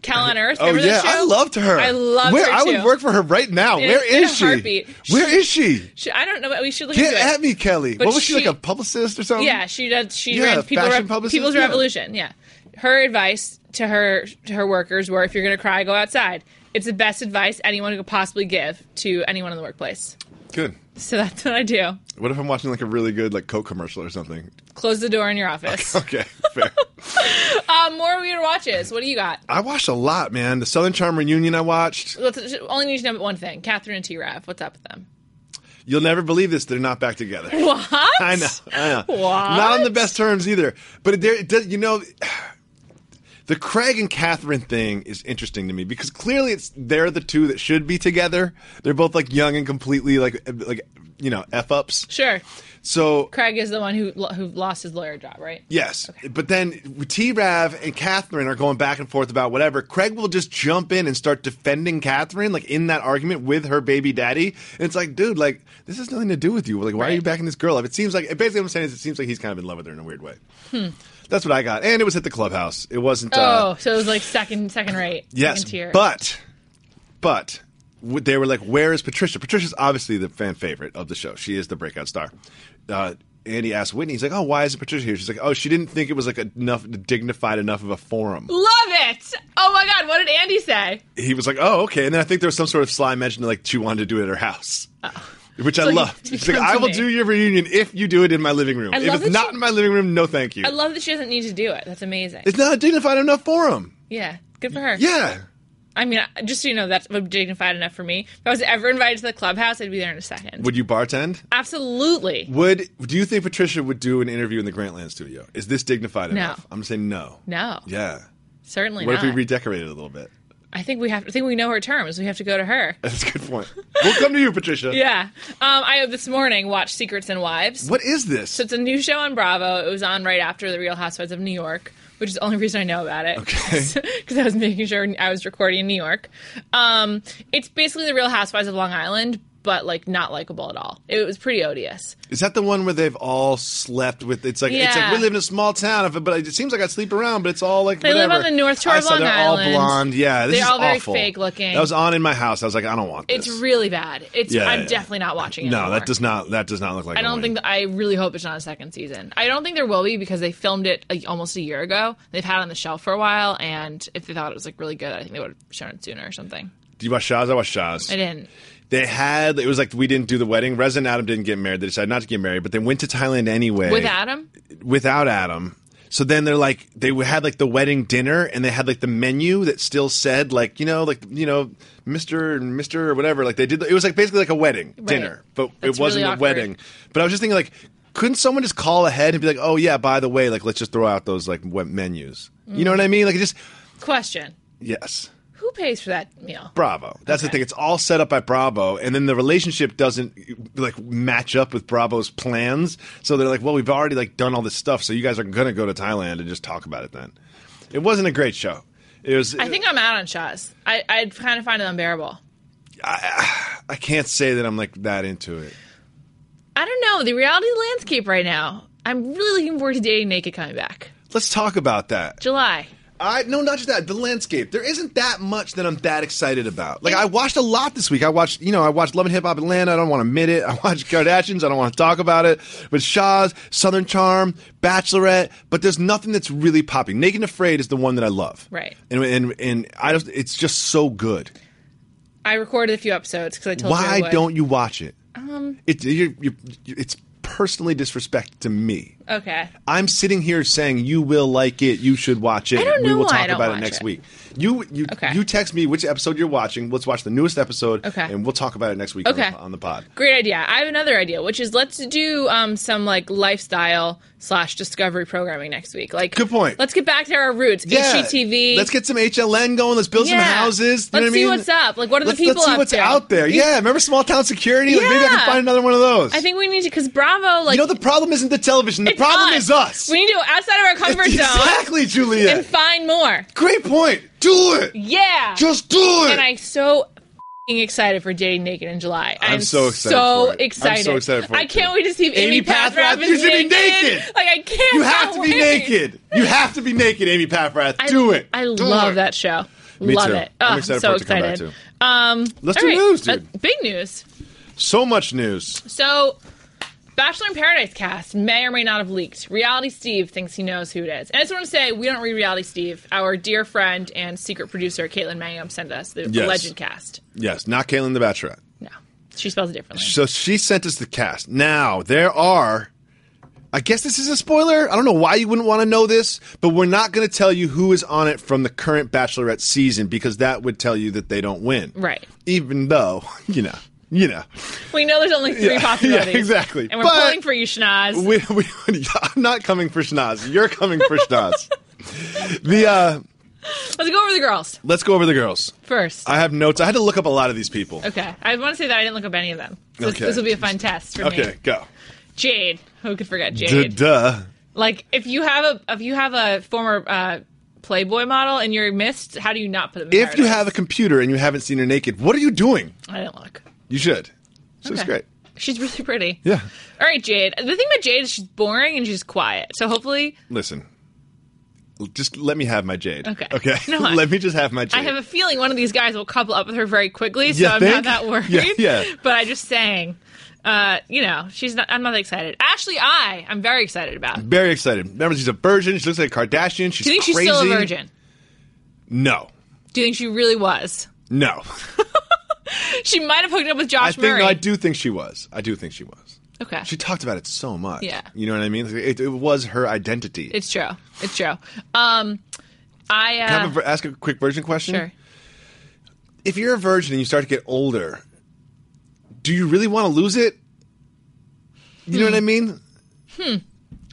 Cal on Earth.
Oh
Remember
yeah,
that show?
I loved her.
I loved
Where
her,
I would
too.
work for her right now.
In-
Where
in
is
a
she?
heartbeat.
Where is she?
She- I don't know. but We should look
Get
into it.
at me, Kelly.
But
what was she,
she-
like a publicist or something?
Yeah, she does. She
Yeah,
ran People
fashion
Rev-
publicist,
People's
yeah.
Revolution. Yeah, her advice to her to her workers were: if you're going to cry, go outside. It's the best advice anyone could possibly give to anyone in the workplace.
Good.
So that's what I do.
What if I'm watching like a really good like Coke commercial or something?
Close the door in your office.
Okay, fair.
Uh, more weird watches. What do you got?
I watched a lot, man. The Southern Charm reunion I watched.
Let's, only need to know one thing. Catherine and T. Rav. What's up with them?
You'll never believe this. They're not back together.
What?
I know. I know.
What?
Not on the best terms either. But it, there, it does, you know, the Craig and Catherine thing is interesting to me because clearly it's they're the two that should be together. They're both like young and completely like like you know f ups.
Sure.
So
Craig is the one who lo- who lost his lawyer job, right?
Yes, but then T. Rav and Catherine are going back and forth about whatever. Craig will just jump in and start defending Catherine, like in that argument with her baby daddy. And it's like, dude, like this has nothing to do with you. Like, why are you
Right.
backing this girl up? It seems like basically what I'm saying is it seems like he's kind of in love with her in a weird way. That's what I got, and it was at the clubhouse. It wasn't. uh,
Hmm. oh, so it was like second second rate.
Yes,
second tier.
but but w- they were like, "Where is Patricia?" Patricia's obviously the fan favorite of the show. She is the breakout star. Uh, Andy asked Whitney, "He's like, oh, why isn't Patricia here?" She's like, "Oh, she didn't think it was like enough dignified enough of a forum."
love it. Oh my god, what did Andy say?
He was like, "Oh, okay." And then I think there was some sort of sly mention like she wanted to do it at her house. Which I
Oh. So he-
loved.
he
She's like,
comes
I
to
will
me.
do your reunion if you do it in my living room.
I
If
love
it's
that
not
she-
in my living room, no thank you.
I love that she doesn't need to do it. That's amazing.
it's not a dignified enough forum.
yeah, good for her.
Yeah.
I mean, I- just so you know, that's dignified enough for me. If I was ever invited to the clubhouse, I'd be there in a second.
Would you bartend?
Absolutely.
Would do you think Patricia would do an interview in the Grantland studio? Is this dignified
No.
enough? I'm saying no.
No.
Yeah.
Certainly
What
not.
if we redecorate it a little bit?
I think we have. I think we know her terms. We have to go to her.
That's a good point. we'll come to you, Patricia.
Yeah. Um, I this morning watched Secrets and Wives.
What is this?
So it's a new show on Bravo. It was on right after The Real Housewives of New York, which is the only reason I know about it.
Okay.
Because I was making sure I was recording in New York. Um, it's basically The Real Housewives of Long Island, but like not likable at all. It was pretty odious.
is that the one where they've all slept with? It's like it's like
Yeah.
we live in a small town, but it seems like I sleep around. But it's all like
They live
whatever.
on the North Shore
I
of
saw
Long
they're
Island.
all blonde. Yeah, this
They're
is
all very
awful.
fake looking.
That was on in my house. I was like, I don't want this.
It's really bad. It's
Yeah,
I'm
yeah.
definitely not watching it.
no.
anymore.
That does not. That does not look like.
I don't think that, I really hope it's not a second season. I don't think there will be because they filmed it like, almost a year ago. They've had it on the shelf for a while, and if they thought it was like really good, I think they would have shown it sooner or something.
Do you watch Shaz? I watch Shaz.
I didn't.
They had it was like we didn't do the wedding. Reza and Adam didn't get married. They decided not to get married, but they went to Thailand anyway
With Adam,
Without Adam, so then they're like they had like the wedding dinner and they had like the menu that still said like you know like you know Mister and Mister or whatever. Like they did it was like basically like a wedding dinner, but
That's
it wasn't
really
a
awkward.
wedding. But I was just thinking like. Couldn't someone just call ahead and be like, "Oh yeah, by the way, like let's just throw out those like we- menus." You know what I mean? Like it just
question.
yes.
Who pays for that meal?
Bravo. That's the thing. It's all set up by Bravo, and then the relationship doesn't like match up with Bravo's plans. So they're like, "Well, we've already like done all this stuff, so you guys are gonna go to Thailand and just talk about it." Then it wasn't a great show. It was.
I think I'm out on Shaz. I I kind of find it unbearable.
I can't say that I'm like that into it.
I don't know the reality landscape right now. I'm really looking forward to dating naked coming back
Let's talk about that.
July.
I no, not just that. The landscape. There isn't that much that I'm that excited about. Like I watched a lot this week. I watched, you know, I watched Love and Hip Hop Atlanta. I don't want to admit it. I watched Kardashians. I don't want to talk about it. But Shaw's, Southern Charm, Bachelorette. But there's nothing that's really popping. Naked and Afraid is the one that I love.
Right.
And and and I just, it's just so good.
I recorded a few episodes because I told you. I
Why
would.
don't you watch it? Um. It you you it's personally disrespect to me.
Okay.
I'm sitting here saying you will like it. You should watch it.
I don't
we
know
will
why
talk
I don't
about it
watch
next
it.
week. You you
Okay.
you text me which episode you're watching. Let's watch the newest episode.
Okay.
And we'll talk about it next week
Okay.
on, the, on the pod.
Great idea. I have another idea, which is let's do um, some like lifestyle slash discovery programming next week. Like,
Good point.
Let's get back to our roots. HGTV.
Let's get some HLN going. Let's build some
Yeah.
houses. You know
Let's
what I
see
mean?
what's up. Like, what are the
Let's,
people
let's see
up
what's
to?
out there. Yeah, remember small town security? Like maybe I can
Yeah.
find another one of those.
I think we need to because Bravo. Like,
you know the problem isn't the television. The
it's
problem is us.
We need to go outside of our comfort zone
exactly, Juliet.
and find more.
Great point. Do it.
Yeah.
Just do it.
and I'm so fing excited for dating naked in July. I
I'm
am
so excited
So
for it. I'm so
excited.
excited for it,
I can't
too.
wait to see if
Amy
Amy,
Paffrath
Paffrath is
used to be
naked.
naked.
Like I can't.
You have to be
wait.
naked. You have to be naked, Amy Paffrath.
I-
do it.
I
Do
love
it.
that show.
Me
love
too.
it.
I'm
Oh,
excited
so
for it to come back,
excited. Um,
Let's
all
do
right.
news, dude.
Uh, big news.
So much news.
So, Bachelor in Paradise cast may or may not have leaked. Reality Steve thinks he knows who it is. And I just want to say, we don't read Reality Steve. Our dear friend and secret producer, Caitlin Mangum, sent us the
Yes.
legend cast.
Yes, not Caitlin the Bachelorette.
No, she spells it differently.
So she sent us the cast. Now there are. I guess this is a spoiler. I don't know why you wouldn't want to know this, but we're not going to tell you who is on it from the current Bachelorette season because that would tell you that they don't win.
Right.
Even though you know, you know,
We know there's only three
Yeah,
possibilities.
yeah, exactly.
And we're
But-
pulling for you, Shanaz.
we, we, I'm not coming for Schnoz. You're coming for Schnoz. the uh,
Let's go over the girls
let's go over the girls.
first.
I have notes. I had to look up a lot of these people.
okay. I want to say that I didn't look up any of them. This,
Okay.
this will be a fun test for me.
Okay, go.
Jade. Who could forget
D-
Jade?
duh.
Like if you have a if you have a former uh, Playboy model and you're missed, how do you not put them? In
If you have a computer and you haven't seen her naked, what are you doing?
a, I didn't look.
You should. She's
Okay.
great.
She's really pretty.
Yeah.
All right, Jade. The thing about Jade is she's boring and she's quiet. So hopefully,
Listen, just let me have my jade.
Okay.
Okay.
No, I-
let me just have my jade.
I have a feeling one of these guys will couple up with her very quickly. So
You
I'm
think?
not that worried.
Yeah, yeah.
But I'm just saying, uh, you know, she's not. I'm not that excited. Ashley, I I'm very excited about. Do
Very excited. Remember, she's a virgin. She looks like a Kardashian. She's
you think she's
crazy.
still a virgin?
No.
Do you think she really was?
No.
She might have hooked up with
I
Josh
think
Murray.
I do think she was. I do think she was.
okay.
She talked about it so much.
Yeah.
You know what I mean? It, it was her identity.
It's true. It's true. Um, I
Can I
uh,
have a, ver- ask a quick virgin question?
sure.
if you're a virgin and you start to get older, do you really want to lose it? You know
Hmm.
what I mean?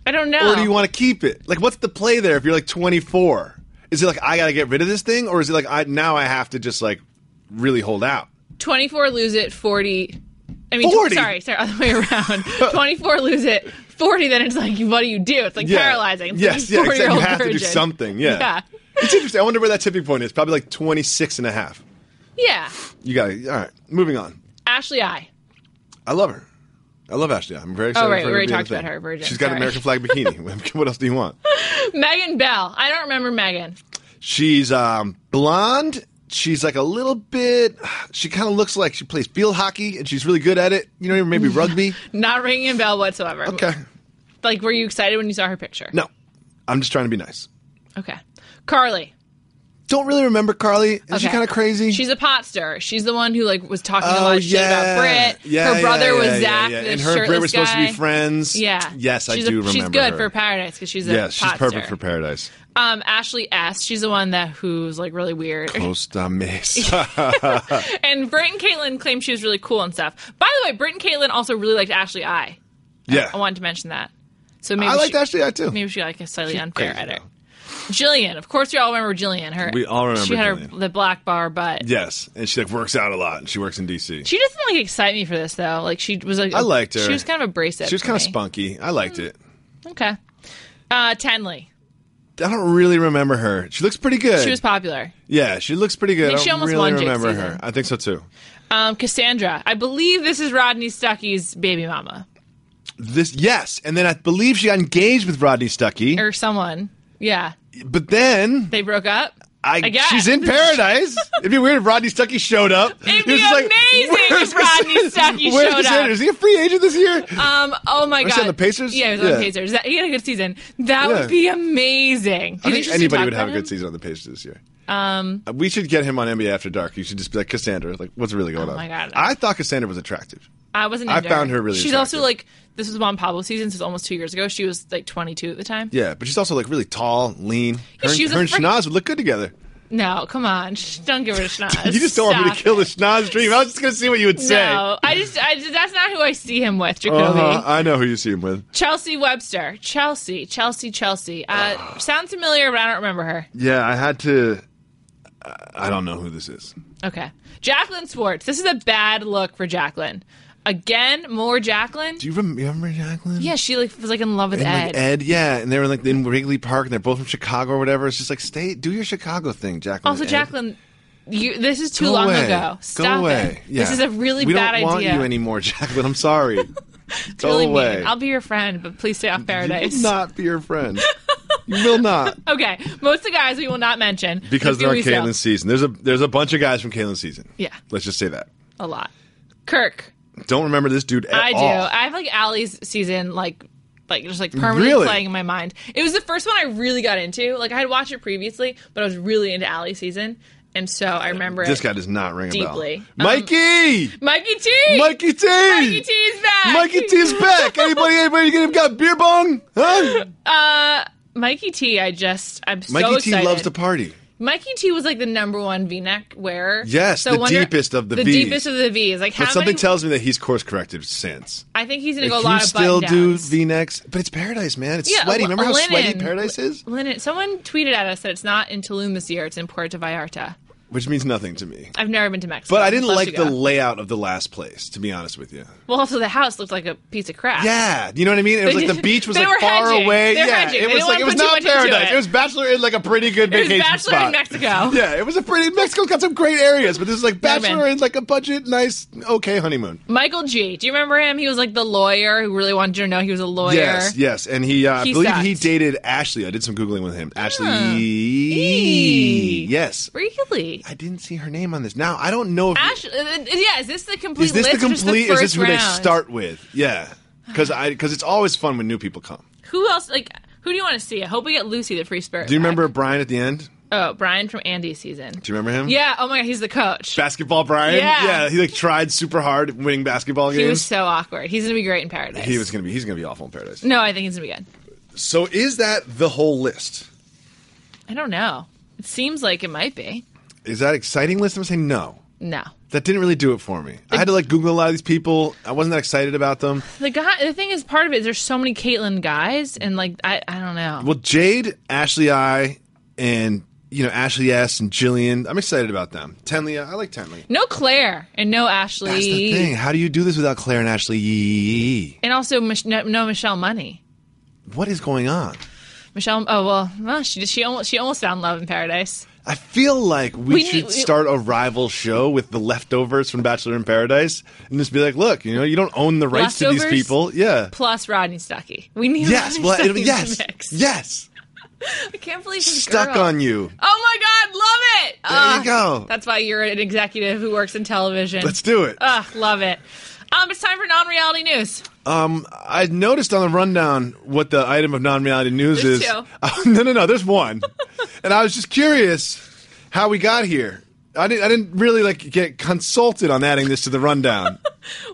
I don't know.
Or do you want to keep it? Like, what's the play there if you're like 24? Is it like I got to get rid of this thing, or is it like I now I have to just like really hold out?
24 lose it 40 i mean
40?
sorry sorry other way around 24 lose it 40 then it's like what do you do it's like
Yeah.
paralyzing it's like
Yes, yeah,
a
exactly. You
40-year-old
have to do
virgin.
something. Yeah.
yeah
It's interesting. I wonder where that tipping point is. Probably like 26 and a half.
yeah
You got to All right, moving on.
ashley i
I love her. I love Ashley. I'm very excited.
Oh, right,
for
we
her
already
to be in
talked
the thing.
about her, virgin.
She's got an
Sorry.
American flag bikini. what else do you want?
megan bell i don't remember megan
She's um, blonde. She's like a little bit. She kind of looks like she plays field hockey, and she's really good at it. You know, maybe rugby.
not ringing a bell whatsoever
Okay.
like were you excited when you saw her picture
No, I'm just trying to be nice.
okay carly
Don't really remember Carly. Is she
Okay.
kind of crazy?
She's a pot stirrer. She's the one who like was talking a
oh
lot of shit about
yeah,
Brit.
yeah.
her brother
yeah,
was
yeah,
Zach,
yeah,
the
yeah. and her and Brit
shirtless
were supposed to
guy.
be friends.
Yeah.
Yes, I
She's a-
do remember.
She's good
her.
for Paradise because she's a
Yes, she's
pot
perfect
stirrer.
for paradise.
Um, Ashley S. She's the one that who's like really weird.
Costa Mesa.
And Britt and Caitlin claimed she was really cool and stuff. By the way, Britt and Caitlin also really liked Ashley I.
yeah,
I wanted to mention that. So maybe
I
she,
liked Ashley I too.
Maybe she got, like a slightly
She's
unfair
crazy,
edit.
though.
Jillian. Of course, we all remember Jillian. Her.
We all remember
She had her
Jillian.
the black bar butt.
Yes, and she like works out a lot, and she works in D.C.
She doesn't like excite me for this though. Like she was like
I liked her.
She was kind of abrasive.
She was
for
kind of
me.
spunky. I liked it.
Okay. Uh, Tenley.
I don't really remember her. She looks pretty good.
She was popular.
yeah, she looks pretty good. I,
think she
don't
almost
really
won Jake's
remember
season.
her. I think so too.
Um, Cassandra. I believe this is Rodney Stuckey's baby mama
This yes, and then I believe she got engaged with Rodney Stuckey,
or someone. Yeah.
but then
They broke up.
I,
guess.
she's in paradise. It'd be weird if Rodney Stuckey showed up.
It'd
He was
be
just
amazing if
"Where's
Rodney
Cass-
Stuckey
where's
showed up?"
Cassandra? Is he a free agent this year?
Um. Oh my
Was
god.
he on the Pacers?
Yeah, he was on the
Yeah.
Pacers. That, he had a good season. That
Yeah.
would be amazing.
I think anybody would have a good season on the Pacers this year.
Um.
Uh, We should get him on NBA After Dark. You should just be like Cassandra. Like, what's really going on?
Oh my God.
I thought Cassandra was attractive.
I wasn't.
I
into
found her really
She's
attractive.
also like this was Juan Pablo season. This was almost two years ago. She was like 22 at the time.
Yeah, but she's also like really tall, lean. Her,
she was
and her
a
and
freak-
Schnoz would look good together.
No, come on. Shh, Don't give her a schnoz.
You just don't want me to
Stop.
kill the Schnoz dream. I was just gonna see what you would say.
No, I just, I just, that's not who I see him with, Jacoby.
Uh-huh, I know who you see him with.
Chelsea Webster. Chelsea, Chelsea, Chelsea. Uh, Sounds familiar, but I don't remember her.
Yeah, I had to. I I don't know who this is.
Okay. Jacqueline Swartz. This is a bad look for Jacqueline. Again, more Jacqueline.
Do you rem- you remember Jacqueline?
Yeah, she like was like in love with
And,
Ed.
like, Ed, yeah, and they were like in Wrigley Park, and they're both from Chicago or whatever. It's just like stay, do your Chicago thing, Jacqueline.
Also,
and Ed.
Jacqueline, you, this is too
Go
long
away.
ago. Stop
Go away.
it.
Yeah.
This is a really
we
bad
don't want
idea.
you anymore, Jacqueline. I'm sorry.
It's
Go
really
away.
mean. I'll be your friend, but please stay off
You
paradise.
will not be your friend. You will not.
okay, most of the guys we will not mention
Because
but
they're on
Dewey Sale.
Caitlin's season. There's a there's a bunch of guys from Caitlin's season.
Yeah.
Let's just say that.
a lot. Kirk,
Don't remember this dude at
I do.
all.
I have like Allie's season like like just like permanently
Really?
playing in my mind. It was the first one I really got into. Like I had watched it previously, but I was really into Allie's season, and so I remember
This
it
guy does not ring
Deeply. Um,
a bell. Mikey!
Mikey T.
Mikey T!
Mikey T is back.
Mikey T's back! Anybody, anybody get him got beer bong? Huh?
Mikey T. I just I'm so
Mikey T
excited.
loves to party.
Mikey T was like the number one V-neck wearer.
Yes,
so I
the
wonder-
deepest of the
the
Vs.
deepest of the V's. Like how
But something
many?
tells me that he's course corrected since.
I think he's gonna
Like,
go a
can you
lot of
still
button
do
downs.
V necks, but it's paradise, man. It's
Yeah,
sweaty.
a-
Remember
a
how sweaty
linen.
paradise is?
Lynn, someone tweeted at us that it's not in Tulum this year; it's in Puerto Vallarta.
Which means nothing to me.
I've never been to Mexico,
But I
I'd
didn't
love
like
to
the
go.
layout of the last place, to be honest with you.
Well, also the house looked like a piece of crap.
Yeah, you know what I mean. It was
They
like the
did-
beach was
they
like
were
far
hedging.
away.
They were
yeah,
hedging.
it
They
was
didn't
like it
wanna
was
put too
not
much into
paradise. It.
it.
was bachelor in like a pretty good
It was
vacation
Bachelor in
spot.
Mexico.
Yeah, it was a pretty Mexico's got some great areas, but this is like
Never been.
bachelor in like a budget, nice, okay honeymoon.
Michael G. Do you remember him? He was like the lawyer who really wanted you to know he was a lawyer.
Yes, yes, and he, uh, I
He
believe he
sucked.
dated Ashley. I did some googling with him. Ashley,
Eee.
yes.
Really?
I didn't see her name on this. Now I don't know if
Ash, uh, uh, yeah, is this the complete
is this the
list or just
complete? is
first
this who they
round?
start with? Yeah, because I because it's always fun when new people come.
Who else, like, who do you want to see? I hope we get Lucy, the free spirit.
Do you
back.
remember Brian at the end?
Oh, Brian from Andy's season.
Do you remember him?
Yeah, oh my God, he's the coach.
basketball Brian.
Yeah.
he like tried super hard winning basketball
He was
games.
so awkward. He's going to be great in Paradise.
he was gonna be he's gonna be awful in paradise.
No, I think he's going to be good.
So is that the whole list?
I don't know. It seems like it might be.
Is that exciting list? I'm saying no.
No.
That didn't really do it for me. I had to like Google a lot of these people. I wasn't that excited about them.
The guy, the thing is, part of it is there's so many Caitlyn guys, and like, I, I don't know.
Well, Jade, Ashley I, and you know, Ashley S and Jillian. I'm excited about them. Tenley, I like Tenley.
No Claire and no Ashley.
That's the thing. How do you do this without Claire and Ashley? Yee.
And also Mich- no, no Michelle Money.
What is going on?
Michelle, oh well, well, she she almost she almost found love in paradise.
I feel like we,
We
should
need-
start a rival show with the leftovers from Bachelor in Paradise and just be like, look, you know, you don't own the rights to
Leftovers?
these people. Yeah.
Plus Rodney Stuckey. We need
Yes.
Rodney
Well, it'll,
Stuckey in
yes.
the mix.
Yes.
I can't believe his
Stuck
girl.
on you.
Oh my God, love it!
There you go.
That's why you're an executive who works in television.
Let's do it.
Ugh, love it. Um, it's time for non-reality news.
Um, I noticed on the rundown what the item of non-reality news
There's
is.
two.
Oh, no, no, no. There's one, and I was just curious how we got here. I didn't. I didn't really like get consulted on adding this to the rundown.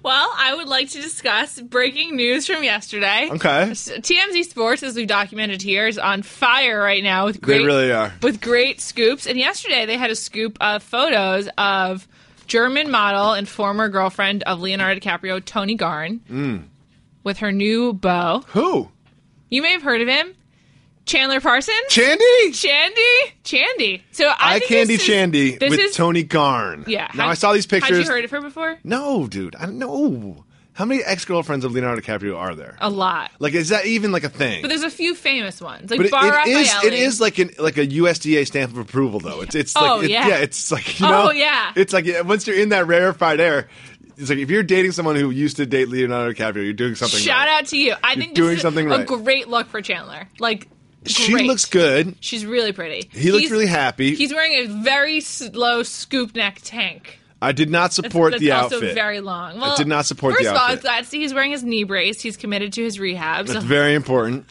Well, I would like to discuss breaking news from yesterday.
Okay.
S- TMZ Sports, as we've documented here, is on fire right now with
They
great
really are.
with great scoops. And yesterday they had a scoop of photos of German model and former girlfriend of Leonardo DiCaprio, Tony
Mm.
Garn, with her new beau.
Who?
You may have heard of him. Chandler Parson?
Chandy.
Chandy? Chandy. So I,
I
think
candy
this is-
Chandy
this
with
is,
Tony Garn.
Yeah.
Now
had-
I saw these pictures.
Had you heard of her before?
No, dude. I don't know. How many ex girlfriends of Leonardo DiCaprio are there?
A lot.
Like, is that even like a thing?
Oh. But there's a few famous ones. Like
But it-
Bar
it is
Raffaelli.
it is like an like a USDA stamp of approval though. It's it's like
Oh,
it-
yeah.
it's like you
Oh,
know
yeah.
it's like yeah, once you're in that rarefied air, it's like if you're dating someone who used to date Leonardo DiCaprio, you're doing something.
Shout
right.
out to you. I think this
doing
is
something
a
right.
great look for Chandler. Like
She
great.
looks good.
She's really pretty.
He looks
He's-
really happy.
He's wearing a very slow scoop neck tank.
I did not
That's,
support
that's
the
also
outfit.
very long. Well,
did not support the
first First of all,
outfit.
I'm glad to see he's wearing his knee brace. He's committed to his rehab. So
That's very important.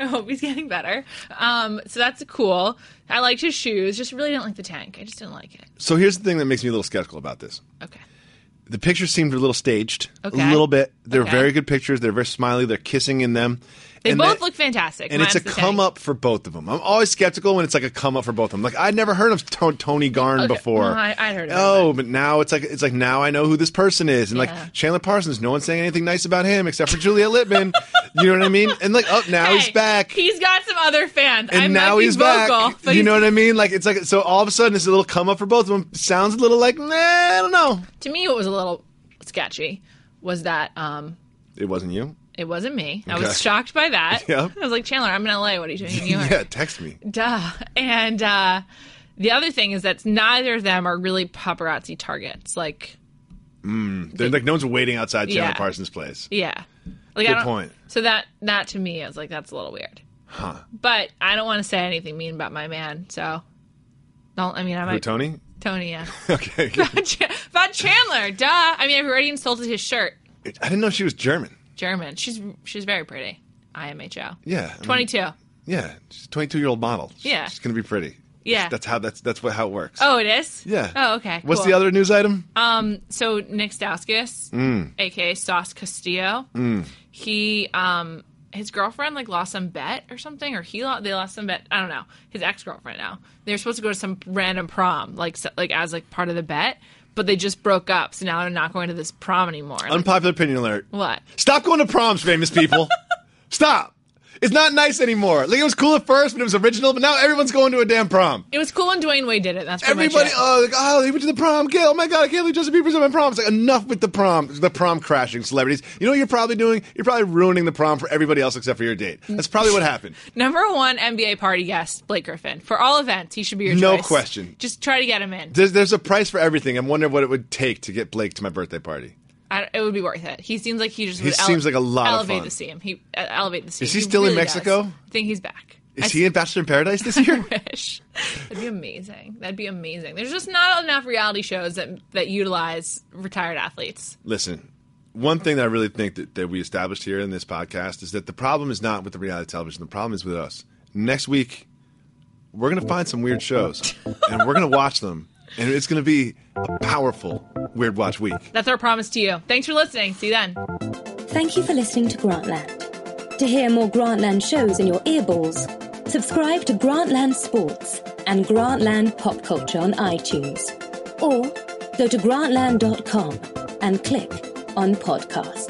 I hope he's getting better. Um, so that's cool. I liked his shoes. Just really didn't like the tank. I just didn't like it.
So here's the thing that makes me a little skeptical about this.
Okay.
The pictures seemed a little staged,
Okay.
a little bit. They're
Okay.
very good pictures. They're very smiley. They're kissing in them.
They
And
both
that-
look fantastic.
and it's a
minus the tank.
come up for both of them. I'm always skeptical when it's like a come up for both of them. Like I'd never heard of To- Tony Garn
Okay.
before.
No, I- I'd heard of him,
Oh, but now it's like it's like now I know who this person is, and
Yeah.
like Chandler Parsons. No one's saying anything nice about him except for Juliet Littman. you know what I mean? And like, oh, now he's
Hey,
back.
He's got some other fans.
and
I might
now
be
he's
vocal,
back.
But
you
he's-
know what I mean? Like it's like so. All of a sudden, it's a little come up for both of them. Sounds a little like nah, I don't know.
to me, what was a little sketchy was that um,
It wasn't you.
it wasn't me. I
Okay.
was shocked by that.
Yep.
I was like, Chandler, I'm in LA. What are you doing in New York?
Yeah, text me.
Duh. And uh, the other thing is that neither of them are really paparazzi targets. Like,
They're, like no one's waiting outside Chandler
Yeah.
Parsons' place.
yeah. Like,
Good
I don't,
point.
So that that to me is like that's a little weird. Huh. But I don't want to say anything mean about my man. So don't. I mean, I
Who,
might
Tony?
Tony. Yeah.
Okay,
about Ch- about Chandler. Duh. I mean, I've already insulted his shirt.
I didn't know she was German.
German. She's she's very pretty. IMHO.
Yeah, I mean-
Twenty two.
Yeah, she's a 22 year old model. She's-
Yeah.
she's gonna be pretty.
Yeah.
that's how that's that's what how it works.
Oh, it is.
yeah.
Oh, okay.
What's
cool.
the other news item?
Um. So Nick Stauskas,
Mm.
aka Sauce Castillo, he um his girlfriend like lost some bet or something, or he lost they lost some bet. I don't know. His ex girlfriend now. They were supposed to go to some random prom, like so, like as like part of the bet, but they just broke up. So now they're not going to this prom anymore. Like,
Unpopular opinion alert.
what?
Stop going to proms, famous people. Stop. It's not nice anymore. Like it was cool at first when it was original, but now everyone's going to a damn prom.
It was cool when Dwayne Wade did it. That's pretty much
Everybody,
it.
oh, like, oh, he went to the prom. Get- Oh my God, I can't believe Justin Bieber's at my prom. It's like enough with the prom, the prom crashing celebrities. You know what you're probably doing? You're probably ruining the prom for everybody else except for your date. That's probably what happened.
Number one NBA party guest, Blake Griffin. For all events, he should be your
No
choice.
question.
Just try to get him in.
There's, there's a price for everything. I'm wondering what it would take to get Blake to my birthday party.
I, it would be worth it. He seems like he just
He
would ele-
seems like a lot of
elevate
fun.
the scene. He uh, elevate the scene.
he still in
really
Mexico?
does. I think he's back. I
Is he in Bachelor in Paradise this year?
wish. That'd be amazing. That'd be amazing. There's just not enough reality shows that that utilize retired athletes.
Listen, one thing that I really think that, that we established here in this podcast is that the problem is not with the reality television, the problem is with us. Next week, we're going to find some weird shows and we're going to watch them, and it's going to be a powerful Weird Watch week.
That's our promise to you. Thanks for listening. See you then.
Thank you for listening to Grantland. To hear more Grantland shows in your earballs, subscribe to Grantland Sports and Grantland Pop Culture on iTunes. Or go to grantland.com and click on podcasts.